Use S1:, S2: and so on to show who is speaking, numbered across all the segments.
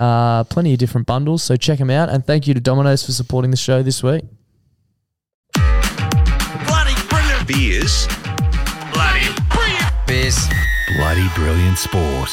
S1: Uh, plenty of different bundles, so check them out. And thank you to Domino's for supporting the show this week.
S2: Bloody brilliant beers. Bloody brilliant beers. Bloody brilliant sport.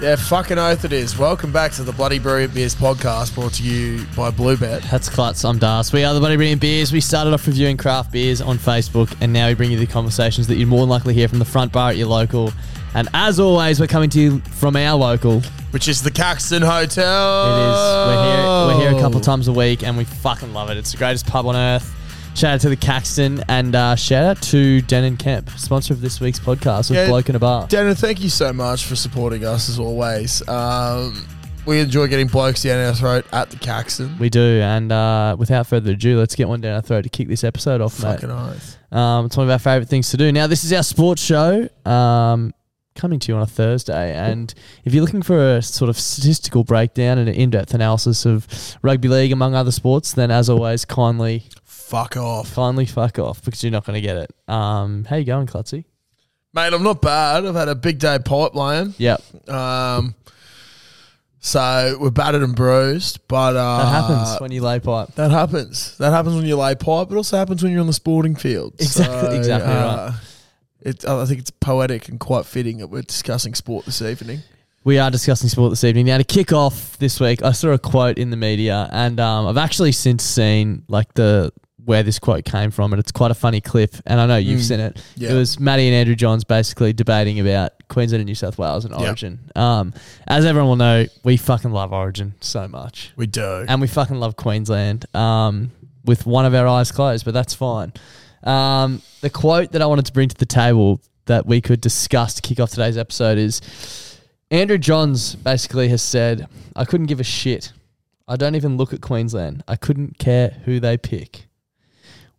S3: Yeah, fucking oath it is. Welcome back to the Bloody Brilliant Beers podcast brought to you by Bluebet.
S1: That's Klutz. I'm Das. We are the Bloody Brilliant Beers. We started off reviewing craft beers on Facebook, and now we bring you the conversations that you'd more than likely hear from the front bar at your local. And as always, we're coming to you from our local. It is.
S3: Which is the Caxton Hotel.
S1: We're here. We're here a
S3: Oh.
S1: couple times a week, and we fucking love it. It's the greatest pub on earth. Shout out to the Caxton, and uh, shout out to Denon Kemp, sponsor of this week's podcast with
S3: Yeah.
S1: Bloke in a Bar.
S3: Dana, thank you so much for supporting us as always. Um, we enjoy getting blokes down our throat at the Caxton.
S1: we do, and uh, without further ado, let's get one down our throat to kick this episode off, mate.
S3: Fucking oath.
S1: Um, it's one of our favourite things to do. Now, this is our sports show um, coming to you on a Thursday. And if you're looking for a sort of statistical breakdown and an in depth analysis of rugby league, among other sports, then as always, kindly,
S3: Fuck off.
S1: kindly fuck off because you're not going to get it. Um, how you going, Clutzy?
S3: Mate, I'm not bad. I've had a big day pipeline.
S1: Yep.
S3: Um, so we're battered and bruised, but uh,
S1: That happens when you lay pipe.
S3: That happens. That happens when you lay pipe. It also happens when you're on the sporting field.
S1: Exactly- exactly right.
S3: It, I think it's poetic and quite fitting that we're discussing sport this evening.
S1: We are discussing sport this evening. Now, to kick off this week, I saw a quote in the media, and um, I've actually since seen like the where this quote came from, and it's quite a funny clip. And I know you've seen it.
S3: Mm. Yeah.
S1: It was Maddie and Andrew Johns basically debating about Queensland and New South Wales and
S3: Yeah.
S1: Origin. Um, as everyone will know, we fucking love Origin so much,
S3: We do.
S1: and we fucking love Queensland um, with one of our eyes closed, but that's fine. Um, the quote that I wanted to bring to the table that we could discuss to kick off today's episode is Andrew Johns basically has said, I couldn't give a shit. I don't even look at Queensland. I couldn't care who they pick,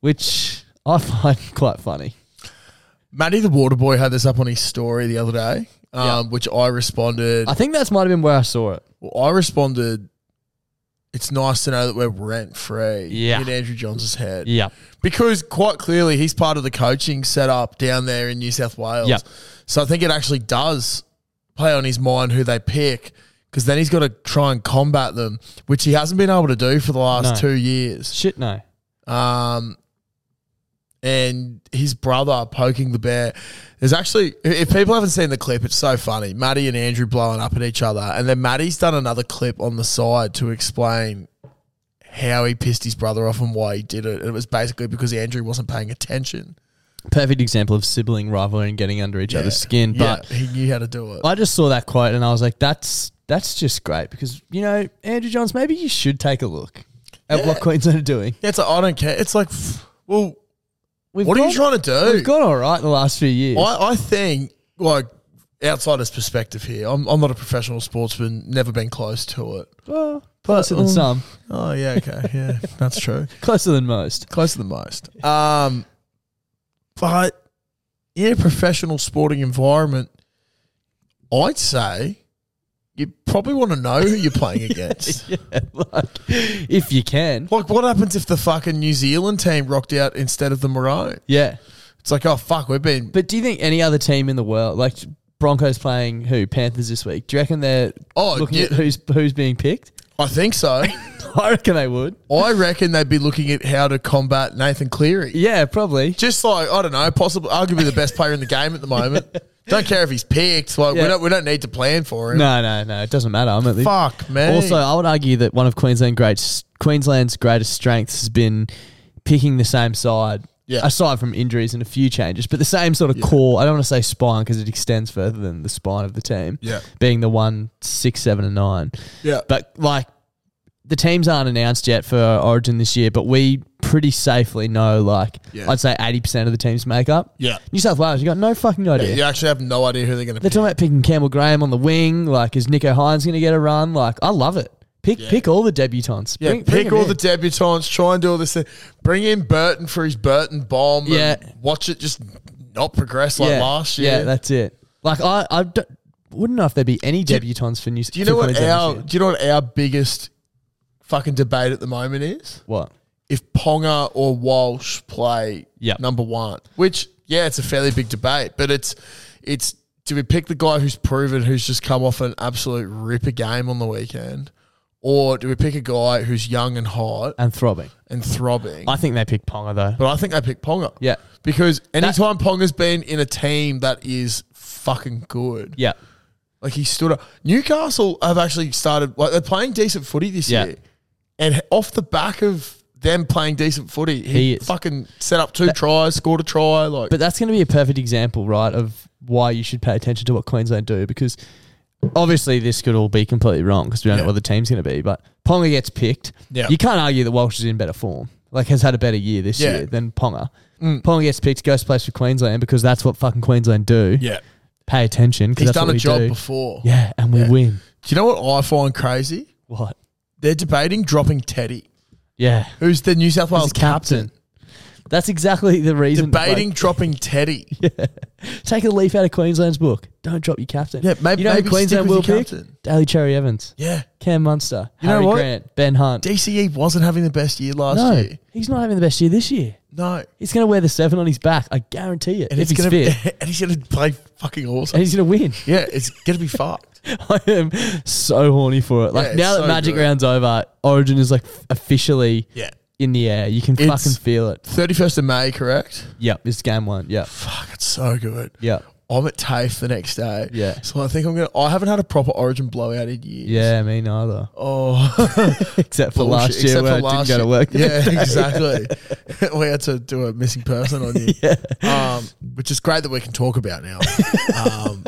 S1: which I find quite funny.
S3: Matty the Water Boy had this up on his story the other day, um, which I responded.
S1: I think that's might have been where I saw it.
S3: Well, I responded. It's nice to know that we're rent free
S1: Yeah.
S3: in Andrew Johns' head.
S1: Yeah.
S3: Because quite clearly he's part of the coaching setup down there in New South Wales.
S1: Yeah.
S3: So I think it actually does play on his mind who they pick because then he's got to try and combat them, which he hasn't been able to do for the last
S1: No.
S3: two years.
S1: Shit, no.
S3: Um, and his brother poking the bear. There's actually, if people haven't seen the clip, it's so funny. Maddie and Andrew blowing up at each other. And then Maddie's done another clip on the side to explain how he pissed his brother off and why he did it. And it was basically because Andrew wasn't paying attention.
S1: Perfect example of sibling rivalry and getting under each other's skin.
S3: Yeah,
S1: But
S3: he knew how to do it.
S1: I just saw that quote and I was like, that's that's just great because you know Andrew Johns, maybe you should take a look at what Queensland are doing.
S3: Yeah, it's like, I don't care. It's like, pff, well,
S1: We've
S3: what are you
S1: gone-
S3: trying to do?
S1: We've gone all right the last few years.
S3: I, I think, like, outsider's perspective here, I'm, I'm not a professional sportsman, never been close to it.
S1: Well, closer than
S3: um,
S1: some,
S3: Oh yeah, okay, yeah, that's true.
S1: closer than most.
S3: Closer than most. Um, but in a professional sporting environment, I'd say you probably want to know who you're playing against.
S1: Yeah, like if you can.
S3: Like, what happens if the fucking New Zealand team rocked out instead of the Maroon?
S1: Yeah.
S3: It's like, oh fuck, we've been.
S1: But do you think any other team in the world, like Broncos playing who Panthers this week? Do you reckon they're
S3: Oh,
S1: looking
S3: yeah.
S1: at who's who's being picked?
S3: I think so.
S1: I reckon they would.
S3: I reckon they'd be looking at how to combat Nathan Cleary.
S1: Yeah, probably.
S3: Just like I don't know, possibly arguably the best player in the game at the moment. Don't care if he's picked. Like
S1: Yeah.
S3: we don't, we don't need to plan for him.
S1: No, no, no. It doesn't matter. I'm at least.
S3: Fuck, man.
S1: Also, I would argue that one of Queensland greats, Queensland's greatest strengths has been picking the same side.
S3: Yeah.
S1: Aside from injuries and a few changes, but the same sort of core. I don't want to say spine because it extends further than the spine of the team.
S3: Yeah.
S1: Being the one, six, seven, and nine.
S3: Yeah.
S1: But like the teams aren't announced yet for Origin this year, but we pretty safely know like
S3: Yeah.
S1: I'd say eighty percent of the team's makeup.
S3: Yeah.
S1: New South Wales, you got no fucking idea.
S3: You actually have no idea who they're going to
S1: They're
S3: pick.
S1: talking about picking Campbell Graham on the wing. Like, is Nico Hines going to get a run? Like, I love it. Pick pick all the debutants.
S3: Yeah,
S1: Bring- bring
S3: pick
S1: 'em
S3: all
S1: in.
S3: the debutants, try and do all this thing. Bring in Burton for his Burton bomb.
S1: Yeah.
S3: And watch it just not progress like last year.
S1: Yeah, that's it. Like, I I don't, wouldn't know if there'd be any debutants for New.
S3: do you know what our do you know what our biggest fucking debate at the moment is?
S1: what?
S3: If Ponga or Walsh play
S1: Yeah.
S3: number one. Which, yeah, it's a fairly big debate, but it's it's do we pick the guy who's proven who's just come off an absolute ripper game on the weekend? Or do we pick a guy who's young and hot
S1: And throbbing.
S3: and throbbing?
S1: I think they picked Ponga though.
S3: But I think they pick Ponga.
S1: Yeah.
S3: Because anytime Ponga's been in a team that is fucking good,
S1: Yeah,
S3: like he stood up. Newcastle have actually started, like they're playing decent footy this
S1: Yeah.
S3: year. And off the back of them playing decent footy, he,
S1: He is.
S3: fucking set up two tries, scored a try. Like,
S1: but that's going to be a perfect example, right, of why you should pay attention to what Queensland do because obviously this could all be completely wrong because we don't know
S3: Yeah.
S1: what the team's going to be. But Ponga gets picked.
S3: Yeah.
S1: You can't argue that Walsh is in better form, like has had a better year this
S3: Yeah. Mm.
S1: year than Ponga. Ponga gets picked, goes to place for Queensland because that's what fucking Queensland do.
S3: yeah,
S1: Pay attention because
S3: he's
S1: that's
S3: done
S1: what
S3: a
S1: we
S3: job
S1: do.
S3: before.
S1: Yeah, and we win.
S3: Do you know what I find crazy?
S1: What?
S3: They're debating dropping Teddy,
S1: Yeah,
S3: who's the New South
S1: he's
S3: Wales
S1: a captain. That's exactly the reason.
S3: Debating
S1: like,
S3: dropping Teddy. Yeah.
S1: take a leaf out of Queensland's book. Don't drop your captain.
S3: Yeah,
S1: you
S3: maybe-
S1: know who
S3: maybe stick
S1: Queensland will
S3: with your
S1: pick
S3: captain.
S1: Daly Cherry Evans. Cam Munster,
S3: You know
S1: Harry
S3: what?
S1: Grant, Ben Hunt.
S3: DCE E wasn't having the best year last
S1: no,
S3: year.
S1: he's not having the best year this year.
S3: No.
S1: He's going to wear the seven on his back. I guarantee it.
S3: And
S1: if
S3: it's
S1: he's
S3: gonna
S1: fit,
S3: Be, and he's gonna play fucking awesome.
S1: and he's going to win.
S3: yeah, it's gonna be fucked.
S1: I am so horny for it. Like
S3: Yeah, it's
S1: now that
S3: so
S1: Magic
S3: good.
S1: Round's over, Origin is like officially
S3: Yeah.
S1: in the air. You can
S3: It's-
S1: fucking feel it.
S3: Thirty first of May, correct?
S1: Yep, it's game one. Yep,
S3: Fuck, it's so good.
S1: yep,
S3: I'm at TAFE the next day.
S1: Yeah.
S3: So I think I'm gonna I haven't had a proper origin blowout in years.
S1: yeah. Me neither.
S3: Oh
S1: Except for last
S3: Bullshit,
S1: year,
S3: except
S1: where I
S3: for
S1: didn't
S3: last
S1: go to
S3: year.
S1: work.
S3: Yeah, exactly. we had to do a missing person on you, um, which is great that we can talk about now. Um,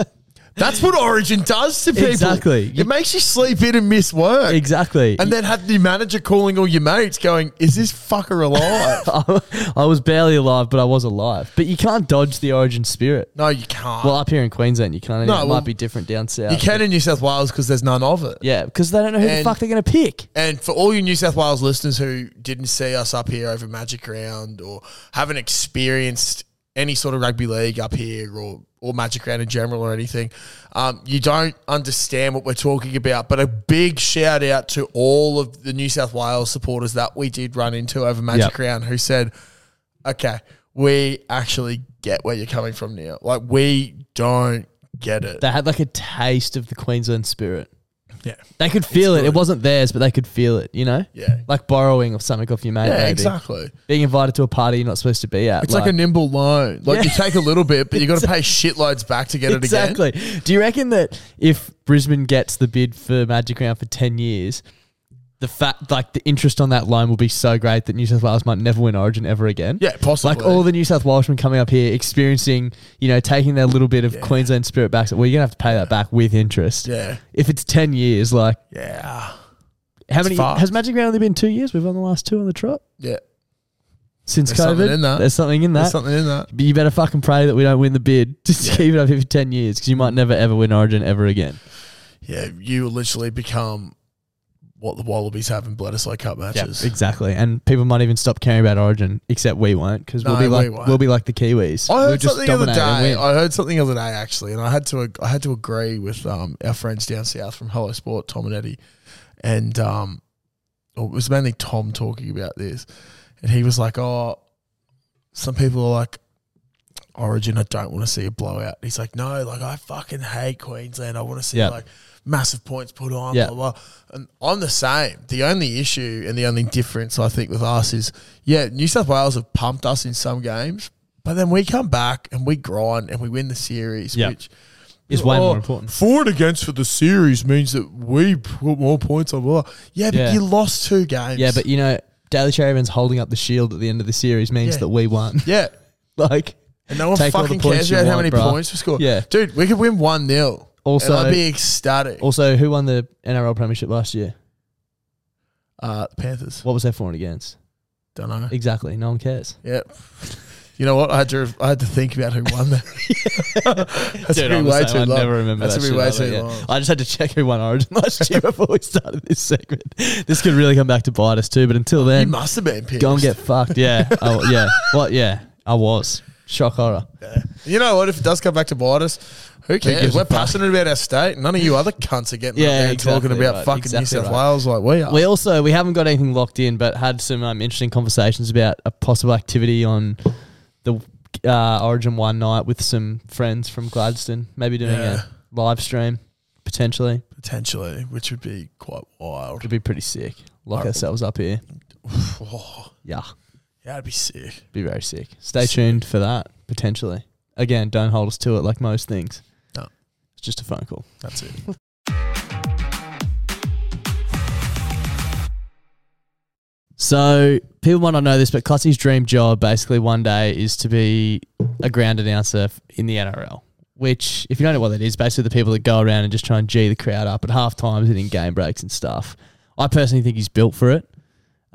S3: that's what Origin does to people.
S1: Exactly.
S3: it makes you sleep in and miss work.
S1: exactly.
S3: And then have the manager calling all your mates, going, "Is this fucker alive?"
S1: I was barely alive, but I was alive. But you can't dodge the Origin spirit.
S3: no, you can't.
S1: Well, up here in Queensland, you can't.
S3: No,
S1: it
S3: well,
S1: might be different down south.
S3: you can in New South Wales because there's none of it.
S1: Yeah, because they don't know who the
S3: And-
S1: fuck they're going to pick.
S3: And for all you New South Wales listeners who didn't see us up here over Magic Round or haven't experienced any sort of rugby league up here or or Magic Round in general or anything, um, you don't understand what we're talking about. But a big shout out to all of the New South Wales supporters that we did run into over Magic
S1: Yep.
S3: Round who said, "Okay, we actually get where you're coming from now. Like we don't get it."
S1: They had like a taste of the Queensland spirit.
S3: yeah,
S1: They could feel it. It wasn't theirs, but they could feel it, you know?
S3: Yeah.
S1: Like borrowing or something off your mate.
S3: yeah,
S1: maybe.
S3: exactly.
S1: Being invited to a party you're not supposed to be at.
S3: It's like, a nimble loan. Like you
S1: Yeah.
S3: take a little bit, but you got to pay shitloads back to get it again.
S1: Exactly. Do you reckon that if Brisbane gets the bid for Magic Round for 10 years, the fact, like, the interest on that loan will be so great that New South Wales might never win Origin ever again?
S3: Yeah, possibly.
S1: Like all the New South Welshmen coming up here, experiencing, you know, taking their little bit of Queensland spirit back. So, well, you're gonna have to pay that back with interest.
S3: Yeah.
S1: If it's ten years, like
S3: Yeah.
S1: how many
S3: fast.
S1: has Magic Round only been two years? We've won the last two on the trot
S3: Yeah.
S1: since
S3: There's
S1: COVID.
S3: something in that.
S1: There's something in that.
S3: There's something in that.
S1: But you better fucking pray that we don't win the bid. Just keep it up here for ten years because you
S3: Mm.
S1: might never ever win Origin ever again.
S3: Yeah. You literally become what the Wallabies have in Bledisloe Cup matches.
S1: exactly. And people might even stop caring about Origin, except we won't because
S3: No,
S1: we'll be
S3: we
S1: like we
S3: won't.
S1: will be like the Kiwis.
S3: I heard
S1: we'll
S3: something the other
S1: dominate and
S3: day.
S1: win.
S3: I heard something the other day actually, and I had to ag- I had to agree with um, our friends down south from Hello Sport, Tom and Eddie, and um, well, it was mainly Tom talking about this, and he was like, "Oh, some people are like." Origin, I don't want to see a blowout. He's like, no, like I fucking hate Queensland. I want to see
S1: Yeah.
S3: like massive points put on,
S1: Yeah.
S3: blah blah. And I'm the same. The only issue and the only difference I think with us is, yeah, New South Wales have pumped us in some games, but then we come back and we grind and we win the series,
S1: Yeah.
S3: which
S1: It's way
S3: Oh,
S1: more important.
S3: For and against for the series means that we put more points on. Blah. Yeah, but
S1: Yeah.
S3: you lost two games.
S1: Yeah, but you know, Daily Cherryman's holding up the shield at the end of the series means
S3: Yeah.
S1: that we won.
S3: yeah,
S1: like,
S3: and no one
S1: Take all the
S3: fucking
S1: points
S3: cares
S1: you
S3: about how
S1: want,
S3: many
S1: bruh.
S3: points we scored.
S1: Yeah.
S3: dude, we could win one 0
S1: Also-
S3: and I'd be ecstatic.
S1: also, who won the NRL Premiership last year?
S3: uh, the Panthers.
S1: What was their for and against?
S3: Don't know.
S1: Exactly. No one cares.
S3: Yeah. You know what? I had to I had to think about who won that. That's
S1: Dude,
S3: been
S1: I'm the
S3: way
S1: same.
S3: too
S1: I
S3: long.
S1: never remember
S3: That's
S1: that.
S3: been way
S1: shit,
S3: too
S1: yeah.
S3: long.
S1: I just had to check who won Origin last year before we started this segment. This could really come back to bite us too. But until
S3: You
S1: then,
S3: must have been pissed.
S1: go and get fucked. Yeah. Oh, yeah. What? Yeah. I was shock horror.
S3: You know what? If it does come back to bite us, who cares?
S1: gives a
S3: We're
S1: fuck?
S3: passionate about our state. None of you other cunts are getting
S1: Yeah,
S3: up there and
S1: exactly
S3: talking about
S1: right,
S3: fucking New
S1: exactly
S3: South
S1: right.
S3: Wales like we are.
S1: Oh. We also we haven't got anything locked in, but had some um, interesting conversations about a possible activity on the uh, Origin one night with some friends from Gladstone. Maybe doing
S3: Yeah.
S1: a live stream potentially.
S3: Potentially, which would be quite wild.
S1: It'd be pretty sick. Lock ourselves up here.
S3: Oh,
S1: Yeah,
S3: yeah, that'd be sick.
S1: be very sick. Stay tuned for that potentially. Again, don't hold us to it like most things.
S3: No.
S1: It's just a phone call.
S3: That's it.
S1: So people might not know this, but Clutzy's dream job basically one day is to be a ground announcer f- in the NRL. Which, if you don't know what that is, basically the people that go around and just try and g the crowd up at half times and in game breaks and stuff. I personally think he's built for it,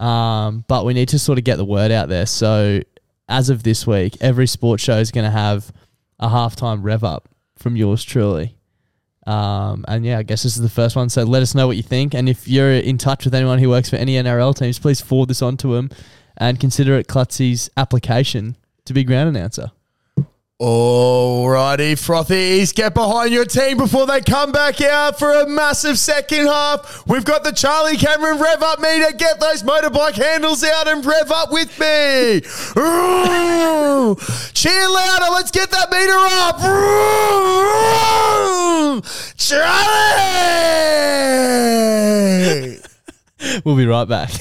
S1: um, but we need to sort of get the word out there. So as of this week, every sports show is going to have a halftime rev up from yours truly. Um, and yeah, I guess this is the first one. So let us know what you think. And if you're in touch with anyone who works for any NRL teams, please forward this on to them and consider it Clutzy's application to be ground announcer.
S3: Alrighty, frothies, get behind your team before they come back out for a massive second half. We've got the Charlie Cameron rev up meter. Get those motorbike handles out and rev up with me. Roar. Cheer louder. Let's get that meter up. Roar. Charlie.
S1: We'll be right back.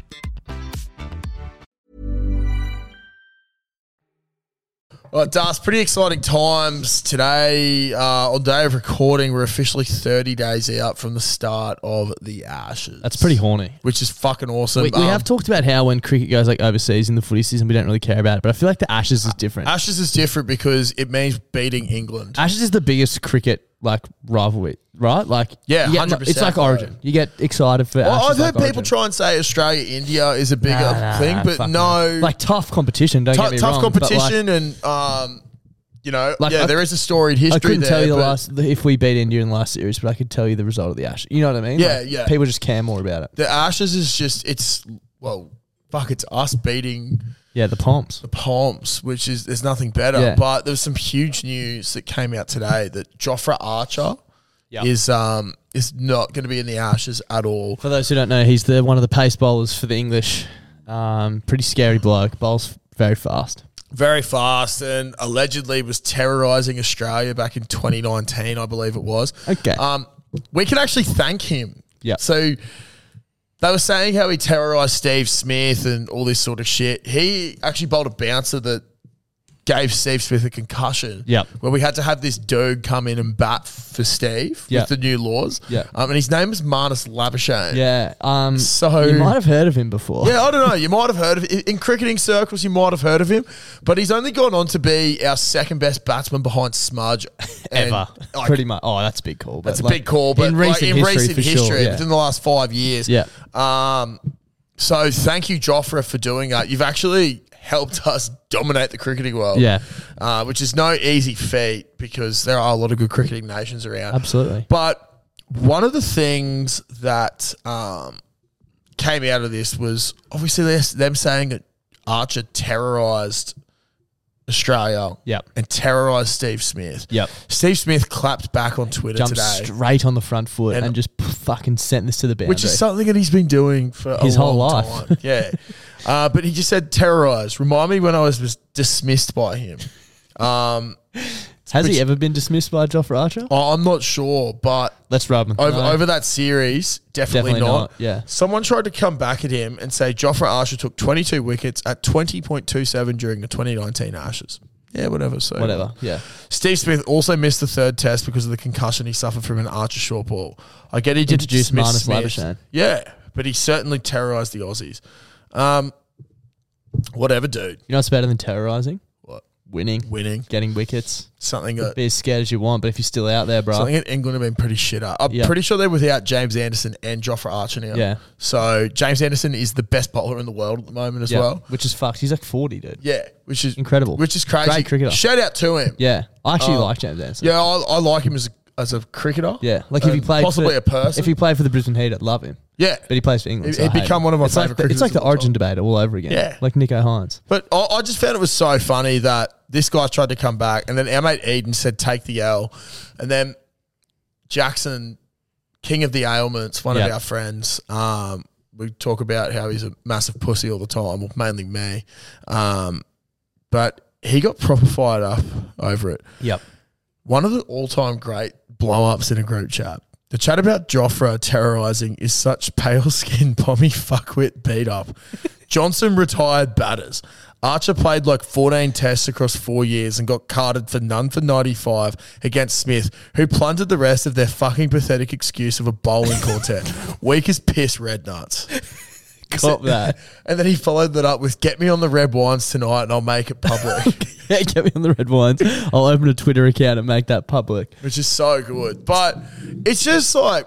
S3: All right, Das, pretty exciting times today. Uh, on day of recording, we're officially 30 days out from the start of the Ashes.
S1: That's pretty horny.
S3: Which is fucking awesome.
S1: We, we
S3: Um,
S1: have talked about how when cricket goes like overseas in the footy season, we don't really care about it. But I feel like the Ashes
S3: Uh,
S1: is different.
S3: Ashes is different because it means beating England.
S1: Ashes is the biggest cricket like rivalry, right? Like
S3: Yeah,
S1: you get-
S3: 100%,
S1: It's like
S3: bro.
S1: Origin. You get excited for.
S3: Well, I've
S1: Ashes,
S3: heard
S1: like
S3: people
S1: Origin.
S3: try and say Australia India is a bigger
S1: Nah, nah,
S3: thing,
S1: nah,
S3: but
S1: fuck
S3: no,
S1: Like tough competition. Don't
S3: Tou-
S1: get me
S3: tough
S1: wrong. but, like,
S3: competition and um, you know,
S1: Like,
S3: yeah,
S1: I-
S3: there is a storied
S1: I
S3: history.
S1: couldn't
S3: there,
S1: tell you the
S3: but
S1: last the- if we beat India in the last series, but I could tell you the result of the Ashes. You know what I mean?
S3: Yeah,
S1: Like,
S3: yeah.
S1: People just care more about it.
S3: The Ashes is just it's well, fuck, it's us beating
S1: Yeah, the Palms.
S3: the Palms, which is there's nothing better.
S1: Yeah.
S3: But there was some huge news that came out today that Jofra Archer
S1: Yeah.
S3: is um is not going to be in the Ashes at all.
S1: For those who don't know, he's the one of the pace bowlers for the English. Um, pretty scary bloke. Bowls very fast.
S3: very fast and allegedly was terrorizing Australia back in 2019, I believe it was.
S1: Okay.
S3: Um, we can actually thank him.
S1: Yeah.
S3: So they were saying how he terrorized Steve Smith and all this sort of shit. He actually bowled a bouncer that gave Steve Smith a concussion.
S1: Yep.
S3: Where we had to have this dude come in and bat for Steve
S1: Yeah.
S3: with the new laws.
S1: Yeah.
S3: Um, and his name is Marnus Labuschagne.
S1: Yeah. Um,
S3: So-
S1: you might have heard of him before.
S3: Yeah, I don't know. You might have heard of in in cricketing circles. You might have heard of him, but he's only gone on to be our second best batsman behind Smudge and,
S1: ever.
S3: like,
S1: Pretty much. Oh, that's a big call.
S3: That's a big call, but
S1: in
S3: in
S1: recent
S3: recent in
S1: history,
S3: recent
S1: for
S3: history
S1: sure. Yeah.
S3: within the last five years.
S1: Yeah.
S3: Um. So thank you, Jofra, for doing that. You've actually helped us dominate the cricketing world.
S1: Yeah.
S3: Uh, which is no easy feat because there are a lot of good cricketing nations around.
S1: Absolutely.
S3: But one of the things that um, came out of this was obviously this, them saying that Archer terrorized Australia
S1: Yep.
S3: and terrorized Steve Smith.
S1: Yep.
S3: Steve Smith clapped back on Twitter
S1: Jumped
S3: today,
S1: straight on the front foot and,
S3: And-
S1: just p- fucking sent this to the boundary.
S3: which is something that he's been doing for
S1: His
S3: a
S1: whole
S3: long
S1: life.
S3: Time. Yeah. uh, but he just said terrorized. Remind me when I was, was dismissed by him.
S1: Has
S3: which-
S1: he ever been dismissed by Jofra Archer?
S3: I- I'm not sure, but
S1: Let's rub him.
S3: Over,
S1: No.
S3: over that series, definitely,
S1: Definitely
S3: not.
S1: not, yeah.
S3: Someone tried to come back at him and say Jofra Archer took 22 wickets at 20.27 during the 2019 Ashes. Yeah, whatever. So
S1: Whatever. Yeah.
S3: Steve Smith also missed the third test because of the concussion he suffered from an Archer short ball. I get he did
S1: Introduced
S3: dismiss
S1: Marnus
S3: Smith.
S1: Labuschagne.
S3: Yeah, but he certainly terrorised the Aussies. Um, whatever, dude.
S1: You know what's better than terrorizing?
S3: What?
S1: Winning.
S3: Winning.
S1: Getting wickets.
S3: Something that
S1: Be as scared as you want, but if you're still out there, bro.
S3: Something that England have been pretty shit at. I'm
S1: Yeah.
S3: pretty sure they're without James Anderson and Jofra Archer now.
S1: Yeah.
S3: So James Anderson is the best bowler in the world at the moment as
S1: yeah,
S3: well.
S1: Which is fucked. He's like 40, dude.
S3: Yeah, which is
S1: Incredible.
S3: Which is crazy.
S1: Great cricketer.
S3: Shout out to him.
S1: Yeah. I actually like James Anderson.
S3: Oh. Yeah, I, I like him as a, as a cricketer.
S1: Yeah. Like if he
S3: And
S1: played.
S3: possibly
S1: for,
S3: a person.
S1: If he played for the Brisbane Heat, I'd love him.
S3: yeah,
S1: But he plays for England.
S3: He'd-
S1: so I
S3: he'd
S1: hate
S3: become
S1: him.
S3: one of my
S1: It's like
S3: favourite
S1: the- It's
S3: cricketers
S1: like the
S3: of all
S1: origin debate all over again.
S3: Yeah.
S1: Like Nico Hines.
S3: But I, I just found it was so funny that this guy tried to come back, and then our mate Eden said, "Take the L," and then Jackson, king of the ailments, one of
S1: Yeah.
S3: our friends. Um, we talk about how he's a massive pussy all the time, or mainly me. Um, but he got proper fired up over it.
S1: Yep.
S3: One of the all-time great blow-ups in a group chat. The chat about Jofra terrorising is such pale-skinned, pommy fuckwit beat up. Johnson retired batters. Archer played like 14 tests across four years and got carded for none for 95 against Smith, who plundered the rest of their fucking pathetic excuse of a bowling quartet. Weak as piss, red nuts.
S1: Cop that.
S3: And then he followed that up with, get me on the red wines tonight and I'll make it public,
S1: Yeah, get me on the red wines. I'll open a Twitter account and make that public.
S3: which is so good. But it's just like,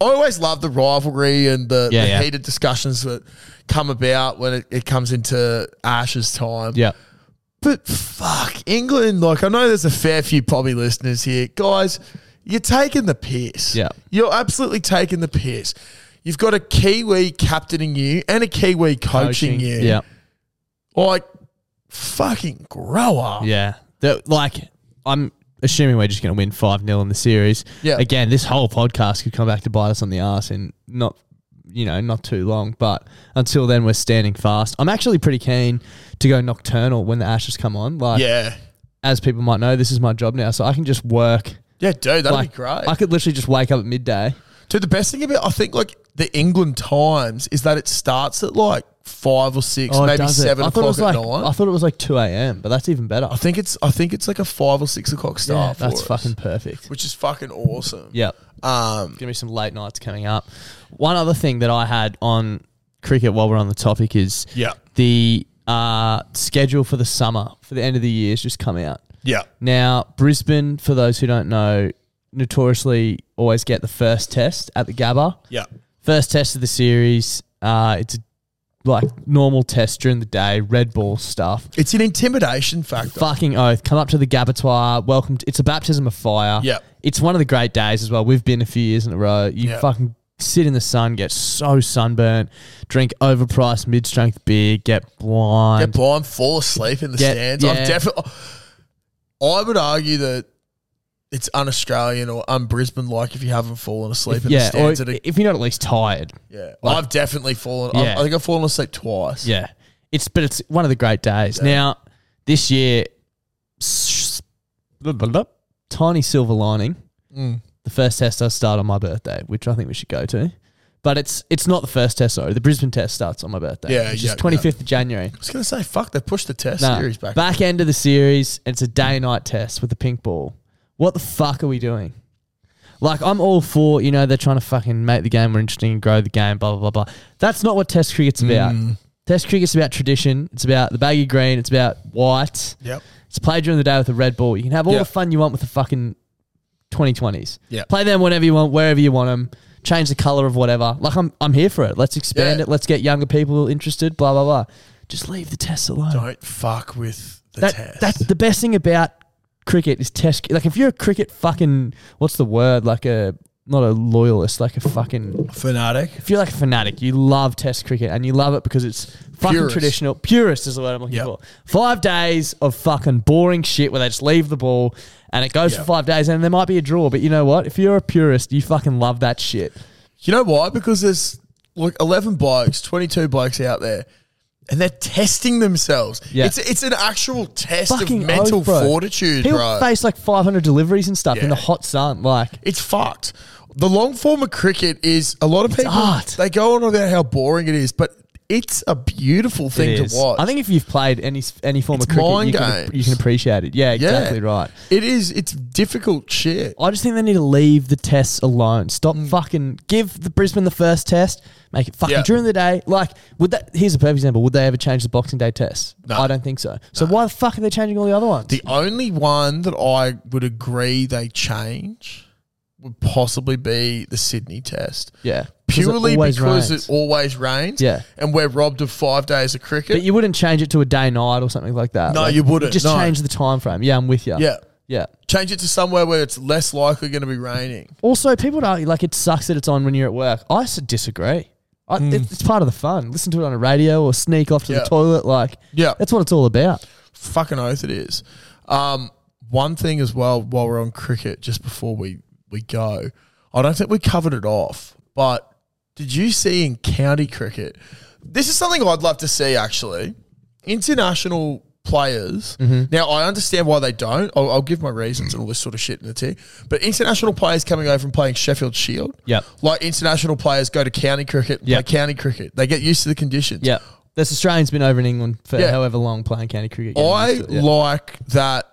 S3: I always love the rivalry and the,
S1: Yeah,
S3: the
S1: yeah.
S3: heated discussions that come about when it, it comes into Ash's time.
S1: Yeah.
S3: But fuck, England, like, I know there's a fair few probably listeners here. Guys, you're taking the piss.
S1: Yeah.
S3: You're absolutely taking the piss. You've got a Kiwi captaining you and a Kiwi coaching, you.
S1: Yeah.
S3: Like, fucking grow up.
S1: Yeah. The- like, I'm assuming we're just going to win 5 0 in the series.
S3: Yeah.
S1: Again, this whole podcast could come back to bite us on the ass in not, you know, not too long. But until then, we're standing fast. I'm actually pretty keen to go nocturnal when the ashes come on. Like,
S3: Yeah.
S1: as people might know, this is my job now. So I can just work
S3: Yeah, dude, that'd
S1: Like,
S3: be great.
S1: I could literally just wake up at midday.
S3: Dude, the best thing about I think like the England times is that it starts at like five or six,
S1: Oh, it
S3: maybe
S1: does it.
S3: seven
S1: I thought it
S3: o'clock
S1: was
S3: at
S1: like,
S3: night.
S1: I thought it was like two a.m., but that's even better.
S3: I think it's I think it's like a five or six o'clock start.
S1: Yeah,
S3: for
S1: that's
S3: us,
S1: fucking perfect.
S3: which is fucking awesome.
S1: Yep.
S3: Um,
S1: Gonna be some late nights coming up. One other thing that I had on cricket while we're on the topic is
S3: Yeah.
S1: the uh, schedule for the summer for the end of the year has just come out.
S3: yeah,
S1: Now Brisbane, for those who don't know, notoriously always get the first test at the Gabba.
S3: yeah,
S1: First test of the series. Uh, it's a, like normal test during the day, red ball stuff.
S3: it's an intimidation factor.
S1: Fucking oath. Come up to the Gabatoir. Welcome. To, it's a baptism of fire.
S3: Yeah.
S1: It's one of the great days as well. We've been a few years in a row. You
S3: Yeah.
S1: fucking sit in the sun, get so sunburnt, drink overpriced mid strength beer, get
S3: Get
S1: blind.
S3: blind, fall asleep in the
S1: Yeah,
S3: stands.
S1: yeah.
S3: I've definitely. I would argue that it's un-Australian or un-Brisbane like if you haven't fallen asleep in the
S1: yeah. Or
S3: stands. at a,
S1: if you're not at least tired.
S3: yeah,
S1: like-
S3: I've definitely fallen.
S1: Yeah.
S3: I've, I think I've fallen asleep twice.
S1: Yeah. It's but it's one of the great days. Now this year, s- blah, blah, blah, tiny silver lining.
S3: Mm.
S1: The first test does start on my birthday, which I think we should go to. But it's it's not the first test though. The Brisbane test starts on my birthday.
S3: Yeah,
S1: which is
S3: yeah, yeah.
S1: twenty fifth of January.
S3: I was gonna say, fuck, they pushed the test
S1: Nah,
S3: series back.
S1: end of the series, and it's a day night test with the pink ball. What the fuck are we doing? Like, I'm all for, you know, they're trying to fucking make the game more interesting and grow the game, blah, blah, blah, blah. That's not what Test cricket's
S3: Mm.
S1: about. Test cricket's about tradition. It's about the baggy green. It's about white.
S3: Yep.
S1: It's played during the day with a red ball. You can have all
S3: Yeah.
S1: the fun you want with the fucking 2020s.
S3: Yeah.
S1: Play them whenever you want, wherever you want them. Change the color of whatever. Like, I'm, I'm here for it. Let's expand
S3: Yeah.
S1: it. Let's get younger people interested, blah, blah, blah. Just leave the tests alone
S3: Don't fuck with the
S1: that,
S3: test.
S1: That's the best thing about cricket is test. Like if you're a cricket fucking, what's the word? Like a not a loyalist, like a fucking.
S3: fanatic.
S1: If you're like a fanatic, you love test cricket and you love it because it's fucking
S3: Purist.
S1: traditional. Purist is the word I'm looking
S3: Yep.
S1: for. Five days of fucking boring shit where they just leave the ball and it goes for
S3: Yep.
S1: five days and there might be a draw, but you know what? If you're a purist, you fucking love that shit.
S3: You know why? Because there's like 11 blokes, 22 blokes out there, and they're testing themselves.
S1: Yeah.
S3: It's, it's an actual test
S1: Fucking
S3: of mental
S1: oath, bro.
S3: fortitude,
S1: People
S3: bro.
S1: face like 500 deliveries and stuff in
S3: Yeah.
S1: the hot sun. Like,
S3: it's fucked. The long form of cricket is a lot of people,
S1: art.
S3: they go on about how boring it is, but it's a beautiful thing
S1: It
S3: to
S1: is.
S3: watch.
S1: I think if you've played any any form
S3: It's
S1: of cricket,
S3: mind
S1: you can,
S3: games.
S1: you can appreciate it. Yeah, exactly right.
S3: It is. It's difficult shit.
S1: I just think they need to leave the tests alone. Stop fucking give the Brisbane the first test. Make it fucking
S3: Mm. Yeah.
S1: during the day. Like, would that? Here's a perfect example. Would they ever change the Boxing Day test?
S3: No.
S1: I don't think so. So why the fuck are they changing all the other ones?
S3: The only one that I would agree they change would possibly be the Sydney test.
S1: yeah, 'Cause it
S3: purely
S1: always
S3: because
S1: rains.
S3: it always rains.
S1: Yeah.
S3: And we're robbed of five days of cricket.
S1: But you wouldn't change it to a day night or something like that.
S3: No,
S1: Like,
S3: you wouldn't,
S1: Just
S3: no.
S1: change the time frame. Yeah, I'm with you.
S3: yeah.
S1: yeah.
S3: Change it to somewhere where it's less likely going to be raining.
S1: Also, people would argue like it sucks that it's on when you're at work. I s- disagree. I, it- it's part of the fun. Listen to it on a radio or sneak off to
S3: Hmm. Yeah.
S1: the toilet. Like,
S3: Yeah.
S1: that's what it's all about.
S3: Fucking oath it is. Um, one thing as well, while we're on cricket, just before we, we go, I don't think we covered it off, but did you see in county cricket? This is something I'd love to see actually. International players.
S1: Mm-hmm.
S3: Now, I understand why they don't. I'll, I'll give my reasons and all this sort of shit in the tea. But international players coming over and playing Sheffield Shield.
S1: Yep.
S3: Like international players go to county cricket, and play
S1: Yep.
S3: county cricket. They get used to the conditions.
S1: Yeah, this Australian's been over in England for
S3: Yeah.
S1: however long playing county cricket. getting
S3: I
S1: used to it, yeah.
S3: like that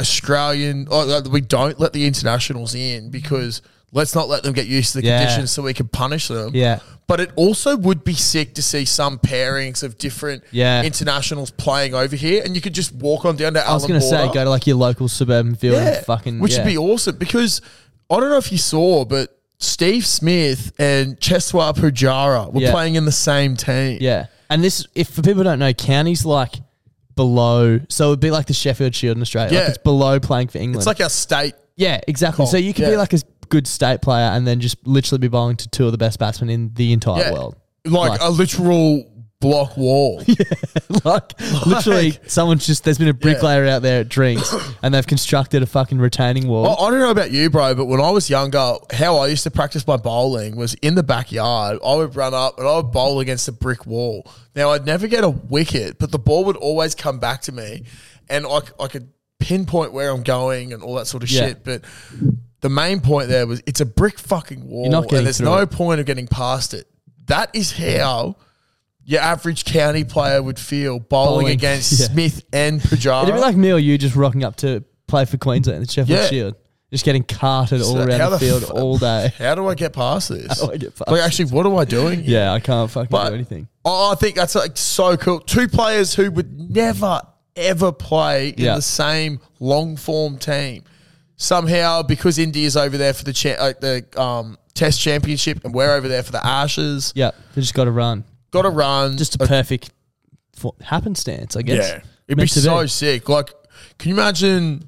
S3: Australian. Oh, that we don't let the internationals in because let's not let them get used to the
S1: Yeah.
S3: conditions so we can punish them.
S1: Yeah.
S3: But it also would be sick to see some pairings of different
S1: Yeah.
S3: internationals playing over here, and you could just walk on down to.
S1: I was going to say go to like your local suburban field.
S3: yeah,
S1: and fucking
S3: which
S1: yeah.
S3: would be awesome because I don't know if you saw, but Steve Smith and Cheswa Pujara were
S1: Yeah.
S3: playing in the same team.
S1: Yeah, and this if for people who don't know, county's like below, so it'd be like the Sheffield Shield in Australia.
S3: Yeah.
S1: Like it's below playing for England.
S3: it's like our state
S1: Yeah, exactly. So
S3: Comp,
S1: you could be
S3: yeah.
S1: like a s- good state player and then just literally be bowling to two of the best batsmen in the entire
S3: Yeah.
S1: world.
S3: like,
S1: Like-
S3: a literal block wall.
S1: like, literally, someone's just there's been a bricklayer out there at drinks and they've constructed a fucking retaining wall.
S3: I, I don't know about you, bro, but when I was younger, how I used to practice my bowling was in the backyard. I would run up and I would bowl against a brick wall. Now I'd never get a wicket, but the ball would always come back to me, and I, c- I could pinpoint where I'm going and all that sort of
S1: Yeah.
S3: shit. But the main point there was it's a brick fucking wall,
S1: You're not getting
S3: and there's
S1: through
S3: no
S1: it.
S3: point of getting past it. That is how your average county player would feel bowling,
S1: Bowling.
S3: against
S1: Yeah.
S3: Smith and Pajara.
S1: It'd be like me or you just rocking up to play for Queensland and the Sheffield
S3: uh, Yeah.
S1: Shield, just getting carted all
S3: like,
S1: around
S3: how
S1: the
S3: the
S1: field
S3: fuck-
S1: all day.
S3: how do I get past this?
S1: How do I get past
S3: like, actually, what am I doing? here?
S1: Yeah, I can't fucking
S3: But-
S1: do anything.
S3: Oh, I think that's like so cool. Two players who would never ever play in
S1: Yeah.
S3: the same long form team. Somehow, because India's over there for the cha- uh, the um, Test Championship, and we're over there for the Ashes.
S1: Yeah, they just got to run.
S3: Got to run.
S1: Just a
S3: Uh,
S1: perfect fo- happenstance, I guess.
S3: yeah. It'd be
S1: Meant to
S3: so sick. Like, can you imagine?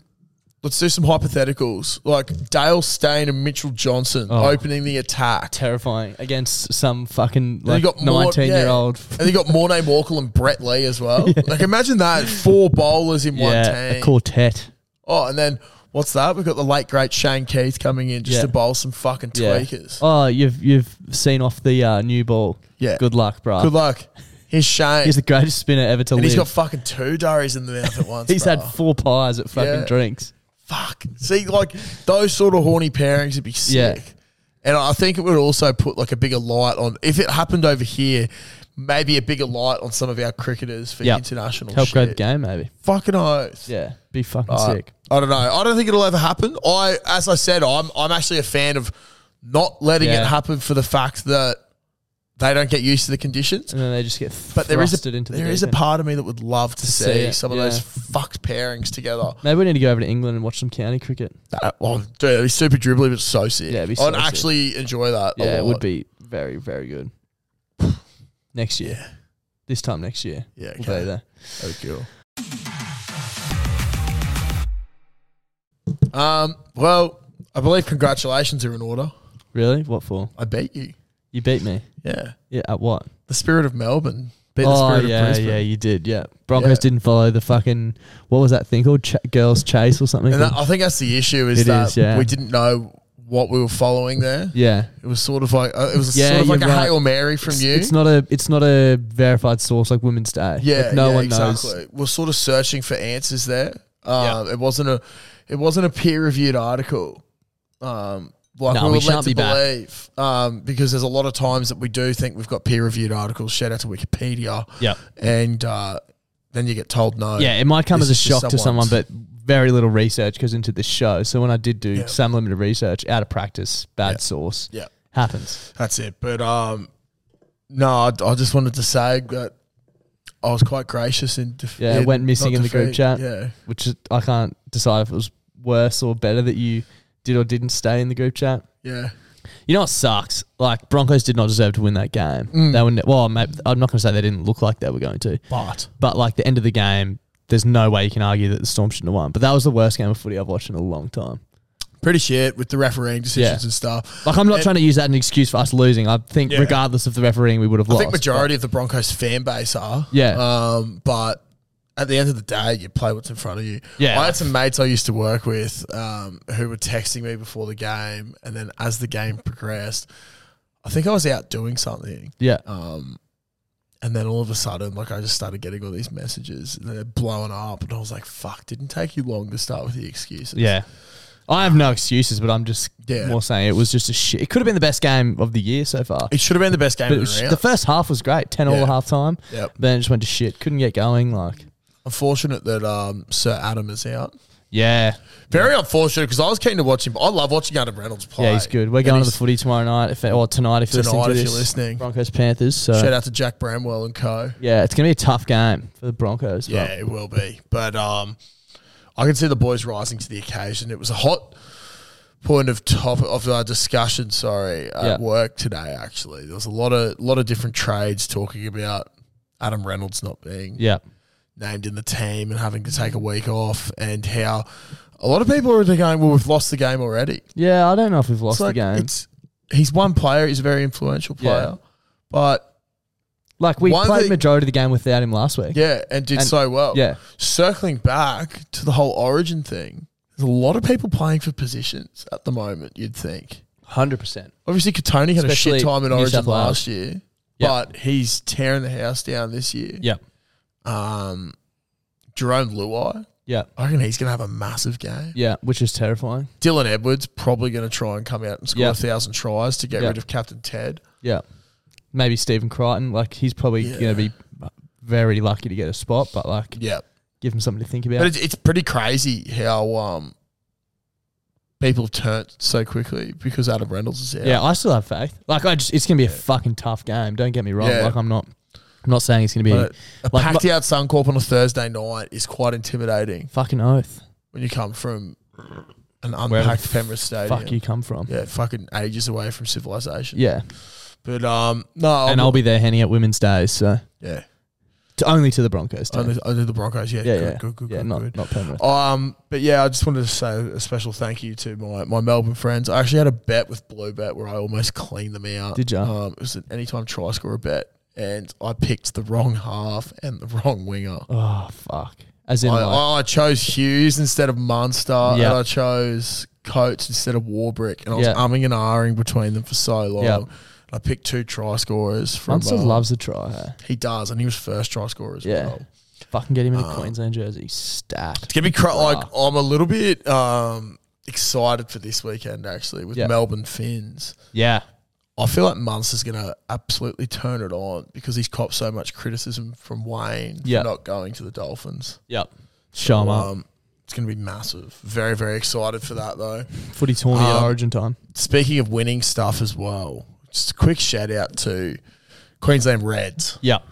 S3: Let's do some hypotheticals. Like Dale Steyn and Mitchell Johnson
S1: Oh.
S3: opening the attack.
S1: terrifying against some fucking
S3: And
S1: like
S3: you got more-
S1: nineteen year old.
S3: yeah. and you got Mornay Morkel and Brett Lee as well. Like, imagine that four bowlers in one
S1: Yeah, a
S3: team.
S1: quartet.
S3: Oh, and then what's that? We've got the late great Shane Keith coming in just
S1: Yeah.
S3: to bowl some fucking
S1: Yeah.
S3: tweakers.
S1: Oh, you've you've seen off the uh, new ball.
S3: Yeah.
S1: Good luck, bro.
S3: Good luck. Here's Shane,
S1: He's Oh. the greatest spinner ever to
S3: and
S1: live.
S3: he's got fucking two durries in the mouth at once.
S1: He's
S3: bro.
S1: had four pies at fucking
S3: Yeah.
S1: drinks.
S3: fuck. See, like those sort of horny pairings would be sick.
S1: Yeah.
S3: And I think it would also put like a bigger light on if it happened over here. Maybe a bigger light on some of our cricketers for
S1: Yeah.
S3: international
S1: Help grow the
S3: shit.
S1: game, maybe.
S3: Fucking oath.
S1: Yeah, be fucking
S3: Uh,
S1: sick.
S3: I don't know. I don't think it'll ever happen. I, as I said, I'm I'm actually a fan of not letting
S1: Yeah.
S3: it happen for the fact that they don't get used to the conditions.
S1: And then they just get
S3: But there is
S1: thrusted
S3: a
S1: into the
S3: there is a
S1: deep end.
S3: part of me that would love to,
S1: see
S3: see,
S1: it,
S3: some of
S1: yeah.
S3: those fucked pairings together.
S1: Maybe we need to go over to England and watch some county cricket.
S3: That, oh, dude, it'd be super dribbly, but so sick.
S1: Yeah, it'd be so
S3: I'd
S1: sick.
S3: actually enjoy that. a
S1: Yeah, it
S3: lot.
S1: would be very, very good. Next year. This time next year.
S3: Yeah,
S1: We'll
S3: okay.
S1: be there.
S3: That'd be cool. Um. Well, I believe congratulations are in order.
S1: Really? What for?
S3: I beat you.
S1: You beat me.
S3: Yeah.
S1: Yeah, at what?
S3: The spirit of Melbourne beat the
S1: oh,
S3: spirit of
S1: yeah,
S3: Brisbane.
S1: yeah, you did. Yeah. Broncos
S3: Yeah.
S1: didn't follow the fucking, what was that thing called? Ch- girls Chase or something?
S3: And that, I think that's the issue is
S1: It
S3: that
S1: is, yeah.
S3: we didn't know what we were following there.
S1: yeah.
S3: It was sort of like uh, it was
S1: Yeah,
S3: sort of like
S1: you're
S3: a
S1: right.
S3: hail mary from
S1: It's,
S3: you.
S1: it's not a it's not a verified source like Women's Day.
S3: yeah,
S1: Like, no
S3: yeah,
S1: one
S3: exactly.
S1: knows.
S3: We're sort of searching for answers there. Um, It wasn't a it wasn't a peer reviewed article. Um, like
S1: No,
S3: we
S1: we
S3: were
S1: shan't
S3: led
S1: be
S3: to
S1: back.
S3: believe, um, because there's a lot of times that we do think we've got peer reviewed articles. Shout out to Wikipedia.
S1: Yep.
S3: and uh, then you get told no.
S1: Yeah, it might come as
S3: This
S1: a
S3: is just
S1: shock to someone,
S3: someone's.
S1: but very little research goes into this show. So when I did do some limited research, out of practice, bad source,
S3: Yeah.
S1: happens.
S3: That's it. But um, no, I, I just wanted to say that I was quite gracious in. Def-
S1: Yeah, it
S3: in
S1: went missing
S3: not
S1: in the group
S3: defeat.
S1: chat,
S3: Yeah,
S1: which is, I can't decide if it was worse or better that you did or didn't stay in the group chat.
S3: yeah.
S1: You know what sucks? Like Broncos did not deserve to win that game. They were ne- well. ma- I'm not going to say they didn't look like they were going to,
S3: Mm. But
S1: but like the end of the game, there's no way you can argue that the Storm shouldn't have won. But that was the worst game of footy I've watched in a long time.
S3: pretty shit with the refereeing decisions
S1: Yeah.
S3: and stuff.
S1: Like I'm not
S3: And
S1: trying to use that as an excuse for us losing. I think
S3: Yeah.
S1: regardless of the refereeing, we would have
S3: I
S1: lost.
S3: think majority of the Broncos fan base are.
S1: Yeah.
S3: Um, but at the end of the day, you play what's in front of you.
S1: Yeah.
S3: I had some mates I used to work with um, who were texting me before the game, and then as the game progressed, I think I was out doing something.
S1: Yeah.
S3: And then all of a sudden, like I just started getting all these messages and they're blowing up. And I was like, fuck, didn't take you long to start with the excuses.
S1: yeah. I have no excuses, but I'm just
S3: Yeah.
S1: more saying it was just a shit. It could have been the best game of the year so far.
S3: It should have been the best game
S1: But it
S3: of
S1: was-
S3: the
S1: the
S3: round.
S1: first half was great, 10 all
S3: Yeah.
S1: at half time.
S3: Yep.
S1: Then it just went to shit. Couldn't get going. Like,
S3: unfortunate that um, Sir Adam is out.
S1: yeah.
S3: Very unfortunate because I was keen to watch him. I love watching Adam Reynolds play.
S1: Yeah, he's good. We're
S3: And
S1: going to the
S3: he's-
S1: footy tomorrow night, if, or tonight if you're listening.
S3: Tonight
S1: to
S3: if you're
S1: this.
S3: listening.
S1: Broncos Panthers. So,
S3: Shout out to Jack Bramwell and co.
S1: yeah, it's going to be a tough game for the Broncos. but-
S3: Yeah, it will be. But um, I can see the boys rising to the occasion. It was a hot point of top of our discussion. Sorry, at
S1: Yeah.
S3: work today. Actually, there was a lot of lot of different trades talking about Adam Reynolds not being
S1: Yeah.
S3: named in the team and having to take a week off, and how a lot of people are going, "Well, we've lost the game already."
S1: Yeah, I don't know if we've lost
S3: It's like
S1: the game.
S3: it's he's one player. He's a very influential
S1: Yeah.
S3: player, but.
S1: Like, we
S3: one
S1: played
S3: thing-
S1: majority of the game without him last week.
S3: Yeah, and did
S1: And-
S3: so well.
S1: yeah.
S3: Circling back to the whole origin thing, there's a lot of people playing for positions at the moment, you'd think.
S1: 100%.
S3: Obviously, Katoni had a
S1: Especially
S3: shit time in
S1: New
S3: Origin
S1: South Wales.
S3: last year,
S1: Yeah.
S3: but he's tearing the house down this year.
S1: Yeah.
S3: Um, Jerome Luai
S1: Yeah.
S3: I reckon he's going to have a massive game.
S1: Yeah, which is terrifying.
S3: Dylan Edwards probably going to try and come out and score
S1: Yeah.
S3: a thousand tries to get
S1: Yeah.
S3: rid of Captain Ted.
S1: Yeah. Maybe Stephen Crichton, like he's probably
S3: Yeah.
S1: going to be very lucky to get a spot, but like
S3: Yeah,
S1: give him something to think about.
S3: but it's, it's pretty crazy how um people have turned so quickly because Adam Reynolds is out.
S1: yeah. I still have faith. Like I just, it's going to be a fucking tough game. Don't get me wrong.
S3: Yeah.
S1: Like I'm not, I'm not saying it's going to be
S3: But a
S1: like
S3: packed
S1: mu-
S3: out Suncorp on a Thursday night is quite intimidating
S1: fucking oath.
S3: when you come from an
S1: Wherever
S3: unpacked
S1: the
S3: Penrith Stadium.
S1: Fuck you come from. Yeah.
S3: Yeah, fucking ages away from civilization. But um, no,
S1: And I'll be there handing out women's days. So
S3: yeah.
S1: to, only to the Broncos. Team.
S3: Only, only the Broncos. Yeah,
S1: yeah,
S3: good,
S1: yeah.
S3: good, good,
S1: yeah,
S3: good,
S1: not,
S3: good.
S1: not Penrith.
S3: Um, but yeah, I just wanted to say a special thank you to my, my Melbourne friends. I actually had a bet with Blue Bet where I almost cleaned them out.
S1: Did ya?
S3: Um, it was an anytime try score bet, and I picked the wrong half and the wrong winger.
S1: Oh fuck. As in,
S3: I,
S1: like,
S3: I chose Hughes instead of Munster, and
S1: Yeah.
S3: I chose Coates instead of Warbrick, and I was
S1: Yeah.
S3: umming and ahhing between them for so long.
S1: Yeah.
S3: I picked two try scorers from.
S1: Munster
S3: um,
S1: loves a try. Hey?
S3: He does, and he was first try scorer as
S1: Yeah.
S3: well.
S1: Fucking get him in a Queensland jersey. Stat.
S3: It's gonna be cra- like I'm a little bit um, excited for this weekend actually with
S1: Yeah.
S3: Melbourne Finns.
S1: Yeah.
S3: I feel like Munster's gonna absolutely turn it on because he's copped so much criticism from Wayne
S1: Yeah. Uh,
S3: for not going to the Dolphins.
S1: Yep. Show him up.
S3: Um, it's gonna be massive. Very very excited for that though.
S1: Footy tourney
S3: um,
S1: at Origin time.
S3: Speaking of winning stuff as well, just a quick shout out to Queensland Reds
S1: Yep.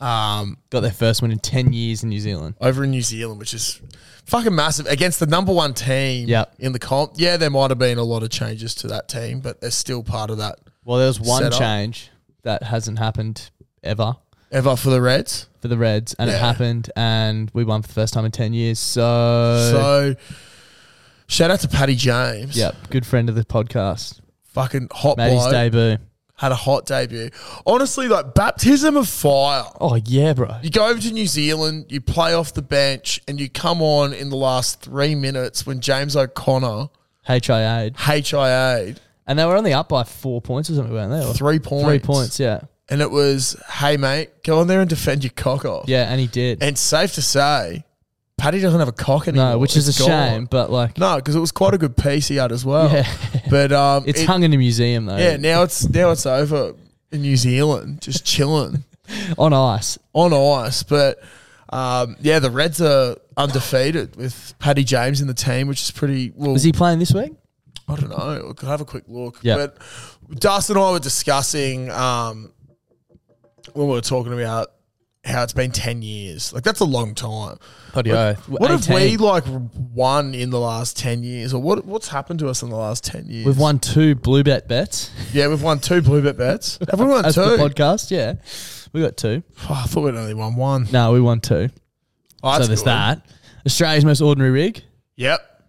S3: um,
S1: Got their first win in 10 years in New Zealand.
S3: over in New Zealand, which is fucking massive against the number one team
S1: Yep.
S3: in the comp. Yeah, there might have been a lot of changes to that team, but they're still part of that.
S1: Well, there was one
S3: Set up.
S1: change that hasn't happened ever
S3: Ever for the Reds.
S1: for the Reds, and
S3: Yeah.
S1: it happened, and we won for the first time in 10 years. So,
S3: So shout out to Paddy James.
S1: yep, good friend of the podcast.
S3: Fucking hot
S1: Matty's
S3: bloke.
S1: debut.
S3: Had a hot debut. Honestly, like baptism of fire.
S1: Oh, yeah, bro.
S3: You go over to New Zealand, you play off the bench, and you come on in the last three minutes when James O'Connor
S1: HIA.
S3: HIA
S1: And they were only up by four points or something, weren't they? Or
S3: three points.
S1: Three points, yeah.
S3: And it was, hey mate, go on there and defend your cock off.
S1: Yeah, and he did.
S3: And safe to say, Paddy doesn't have a cock anymore.
S1: no, which is a
S3: It's gone.
S1: shame, but like,
S3: No, because it was quite a good piece he had as well.
S1: Yeah.
S3: But um,
S1: it's
S3: it-
S1: hung in a museum, though.
S3: Yeah, now it's now it's over in New Zealand, just chilling
S1: On ice.
S3: on ice. But um, yeah, the Reds are undefeated with Paddy James in the team, which is pretty. Well,
S1: Was he playing this week?
S3: I don't know. I could have a quick look.
S1: Yeah.
S3: But Dust and I were discussing um, when we were talking about how it's been 10 years. Like, that's a long time.
S1: Bloody
S3: Like,
S1: oath.
S3: what have
S1: 18.
S3: we, like, won in the last 10 years? Or what what's happened to us in the last 10 years?
S1: We've won two blue bet bets
S3: Yeah, we've won two blue bet bets. Have we won
S1: as
S3: two?
S1: the podcast. Yeah, we got two.
S3: Oh, I thought we'd only won one.
S1: No, we won two.
S3: Oh, that's
S1: so there's
S3: good.
S1: that. Australia's most ordinary rig.
S3: Yep.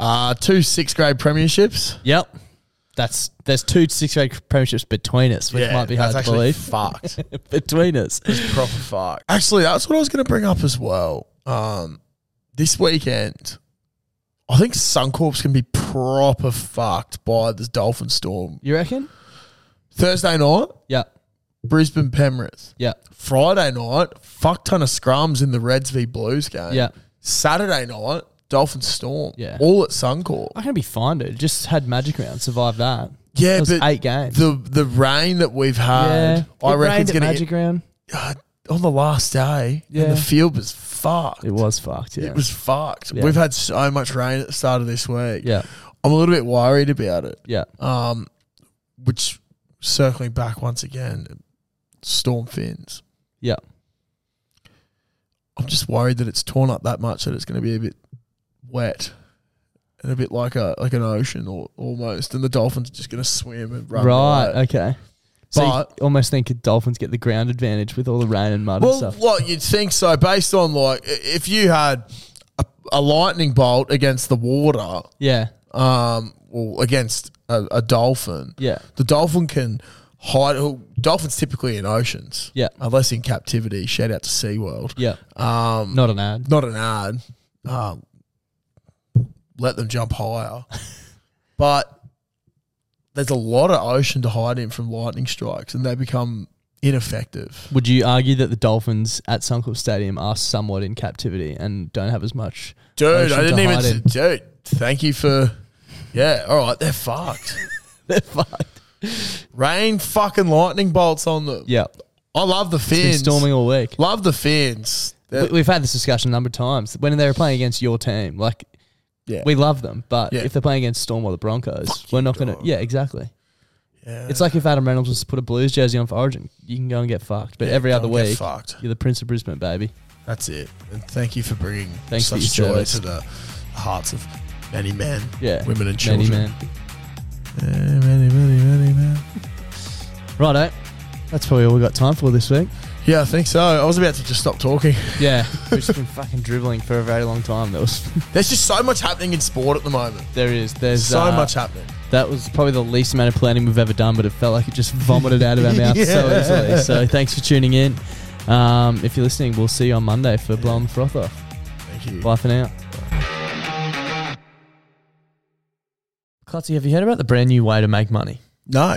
S3: Uh, two sixth grade premierships.
S1: Yep. That's there's two six grade premierships between us, which might be hard
S3: that's
S1: to
S3: actually
S1: believe.
S3: Fucked.
S1: between us.
S3: Proper fuck. Actually, that's what I was going to bring up as well. Um, this weekend, I think Suncorp's going to be proper fucked by the Dolphin Storm.
S1: You reckon?
S3: Thursday night,
S1: Yep.
S3: Brisbane Penrith.
S1: Yep.
S3: Friday night, fuck ton of scrums in the Reds v Blues game.
S1: Yeah.
S3: Saturday night, Dolphin Storm.
S1: Yeah.
S3: All at Suncorp.
S1: I'm gonna be fine, dude. Just had magic round, survived that.
S3: Yeah,
S1: That was
S3: but
S1: eight games.
S3: The the rain that we've
S1: yeah.
S3: had, I
S1: It
S3: reckon
S1: rained
S3: it's
S1: at
S3: gonna
S1: magic round.
S3: God, on the last day. Yeah,
S1: Yeah.
S3: the field was fucked.
S1: It was fucked. Yeah.
S3: It was fucked.
S1: Yeah.
S3: We've had so much rain at the start of this week.
S1: Yeah.
S3: I'm a little bit worried about it.
S1: Yeah.
S3: Um, which circling back once again, storm fins.
S1: Yeah.
S3: I'm just worried that it's torn up that much that it's going to be a bit wet. And a bit like a like an ocean or almost, and the dolphins are just going to swim and run.
S1: right.
S3: by it.
S1: Okay. So
S3: Oh, But-
S1: you almost think the Dolphins get the ground advantage with all the rain and mud
S3: Well,
S1: and stuff.
S3: what you'd think so, based on like i- if you had a, a lightning bolt against the water,
S1: Yeah.
S3: um, or against a, a dolphin,
S1: Yeah.
S3: the dolphin can hide. well, Dolphins typically in oceans,
S1: Yeah.
S3: unless in captivity. Shout out to SeaWorld.
S1: Yeah.
S3: Um,
S1: Not an ad.
S3: not an ad. Um, let them jump higher, but there's a lot of ocean to hide in from lightning strikes, and they become ineffective.
S1: Would you argue that the Dolphins at Suncorp Stadium are somewhat in captivity and don't have as much?
S3: Dude,
S1: motion
S3: I didn't
S1: to
S3: even.
S1: hide in?
S3: dude, thank you for. Yeah, all right, they're fucked.
S1: They're fucked.
S3: Rain fucking lightning bolts on them.
S1: Yeah,
S3: I love the
S1: been
S3: Finns.
S1: storming all week.
S3: love the Finns. They're-
S1: We- We've had this discussion a number of times when they were playing against your team. Like,
S3: yeah.
S1: we love them, but
S3: Yeah.
S1: if they're playing against Storm or the Broncos, we're not going to. Yeah, exactly.
S3: Yeah.
S1: It's like if Adam Reynolds was to put a Blues jersey on for Origin, you can go and get fucked. But every
S3: go
S1: other
S3: and get
S1: week,
S3: fucked.
S1: you're the Prince of Brisbane, baby.
S3: That's it. And thank you for bringing
S1: Thanks for
S3: such
S1: your
S3: joy
S1: service.
S3: to the hearts of many men,
S1: Yeah,
S3: women,
S1: Many
S3: and children.
S1: man.
S3: Many, many, many, many men.
S1: Righto, that's probably all we got time for this week.
S3: Yeah, I think so. I was about to just stop talking.
S1: Yeah, we've just been fucking dribbling for a very long time. That was
S3: There's just so much happening in sport at the moment.
S1: there is there's
S3: So
S1: uh,
S3: much happening.
S1: That was probably the least amount of planning we've ever done, but it felt like it just vomited out of our mouths so easily. So thanks for tuning in. Um, if you're listening, we'll see you on Monday for blowing the froth off.
S3: Thank you.
S1: Bye for now. Clutzy, have you heard about the brand new way to make money?
S3: No.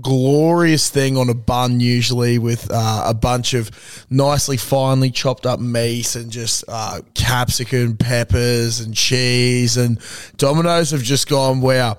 S3: glorious thing on a bun, usually with uh, a bunch of nicely finely chopped up meat and just uh, capsicum, peppers, and cheese. And Domino's have just gone, wow.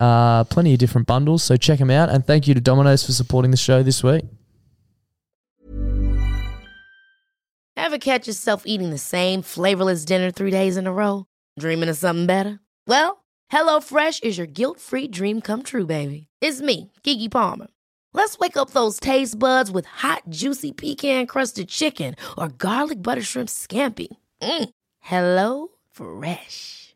S1: Uh, plenty of different bundles, so check them out. And thank you to Domino's for supporting the show this week.
S4: Ever catch yourself eating the same flavorless dinner three days in a row? Dreaming of something better? Well, HelloFresh is your guilt free dream come true, baby. It's me, Gigi Palmer. Let's wake up those taste buds with hot, juicy pecan crusted chicken or garlic butter shrimp scampi. Mm. Hello Fresh.